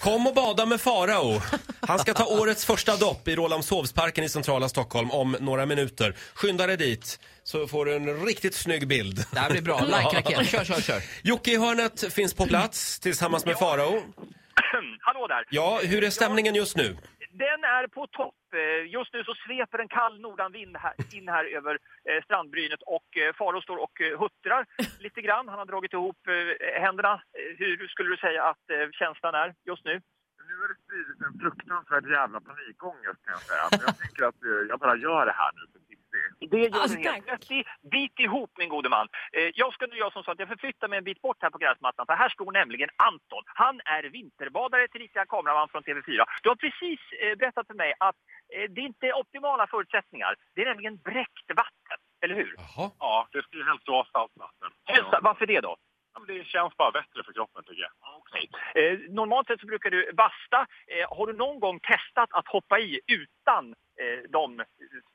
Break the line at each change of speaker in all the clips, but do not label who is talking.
Kom och bada med Farao. Han ska ta årets första dopp i Rålambshovsparken i centrala Stockholm om några minuter. Skynda dig dit så får du en riktigt snygg bild.
Det här blir bra. Like-raket. Kör, kör, kör.
Jocke i hörnet finns på plats tillsammans med Farao.
Hallå där!
Ja, hur är stämningen just nu?
Den är på topp. Eh, Just nu så sveper en kall nordanvind här, in här över eh, strandbrynet och eh, Faro står och eh, huttrar lite grann. Han har dragit ihop eh, händerna. Eh, Hur skulle du säga att eh, känslan är just nu?
Nu har det spridit en fruktansvärd jävla panikångest kan jag säga. Men jag tänker att eh, jag bara gör det här nu för Titti.
Det gör
Alltså,
du helt
tack.
rätt i. Bit ihop min gode man. Eh, jag ska nu göra som så att jag förflyttar mig en bit bort här på gräsmattan för här står nämligen Anton. Han är vinterbadare tillika kameraman från TV4. Du har precis eh, berättat för mig att eh, det är inte är optimala förutsättningar. Det är nämligen bräckt vatten, eller hur?
Jaha.
Ja, det ska ju helst vara salt vatten.
Hälsa, varför det då?
Ja, men det känns bara bättre för kroppen tycker jag.
Eh, normalt sett så brukar du basta. Eh, har du någon gång testat att hoppa i utan eh, de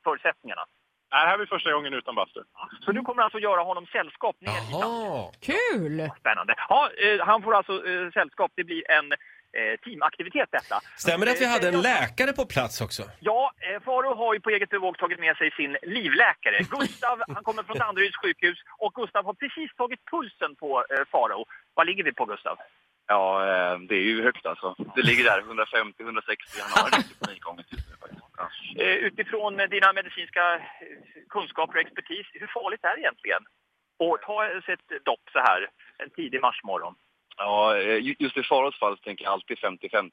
förutsättningarna?
Nej, det Äh, här blir första gången utan bastu.
Så du kommer alltså göra honom sällskap ner i sanden.
Jaha.
Kul!
Spännande. Ja, eh, han får alltså eh, sällskap. Det blir en eh, teamaktivitet detta.
Stämmer det att vi hade en läkare på plats också?
Ja, eh, Faro har ju på eget bevåg tagit med sig sin livläkare. Gustav, han kommer från Danderyds sjukhus och Gustav har precis tagit pulsen på eh, Faro. Vad ligger vi på Gustav?
Ja, det är ju högt alltså. Det ligger där 150-160. Han har riktigt panikångest just nu faktiskt.
Eh, utifrån eh, dina medicinska eh, kunskaper och expertis, hur farligt är det egentligen? Och ta eh, ett dopp så här en tidig marsmorgon.
Ja, eh, just i Faros fall så tänker jag alltid 50-50.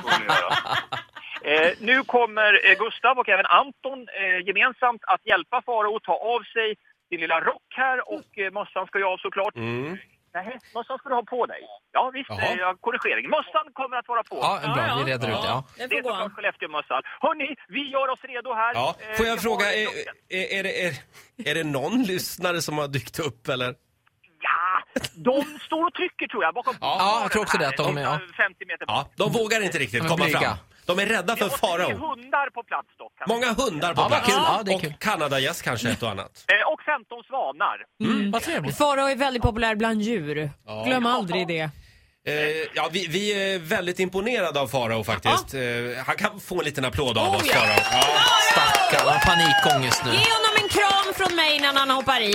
Eh, nu kommer eh, Gustav och även Anton eh, gemensamt att hjälpa Farao att ta av sig din lilla rock här och eh, mössan ska jag ha såklart.
Mm.
Nej, mössan ska du ha på dig. Ja visst,
Jaha.
eh, jag- korrigering. Mössan kommer att vara på.
Ja, bra. Vi reder ut det. Ja.
Den
Det
får
är
gå an.
såklart Skellefteåmössan. Hörni, vi gör oss redo här.
Ja.
Eh,
Får
vi har
jag fråga, är,
rocken.
är, är, det, är, är det någon lyssnare som har dykt upp eller?
Ja, de står och trycker tror jag bakom
Ja, jag tror också det, att de är- ja.
50 meter bort.
Ja, de vågar inte riktigt
Men
komma
blyga.
fram. De är rädda
Vi
för
har tre
Farao.
hundar på plats dock. kan vi
Många hundar på
Ja, vad
plats.
kul. Ja, det är kul.
Och Kanadagäss kanske ett och annat.
säga. Eh, Och 15 svanar.
Mm, vad trevligt.
Farao är väldigt populär bland djur. Glöm aldrig det.
Eh, ja, vi, vi är väldigt imponerade av Farao faktiskt. Eh, han kan få en liten applåd av
Oh,
oss,
ja.
Farao. Ja.
Stackarn. Han har panikångest nu.
Ge honom en kram från mig innan han hoppar i.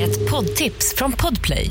Ett poddtips från Podplay.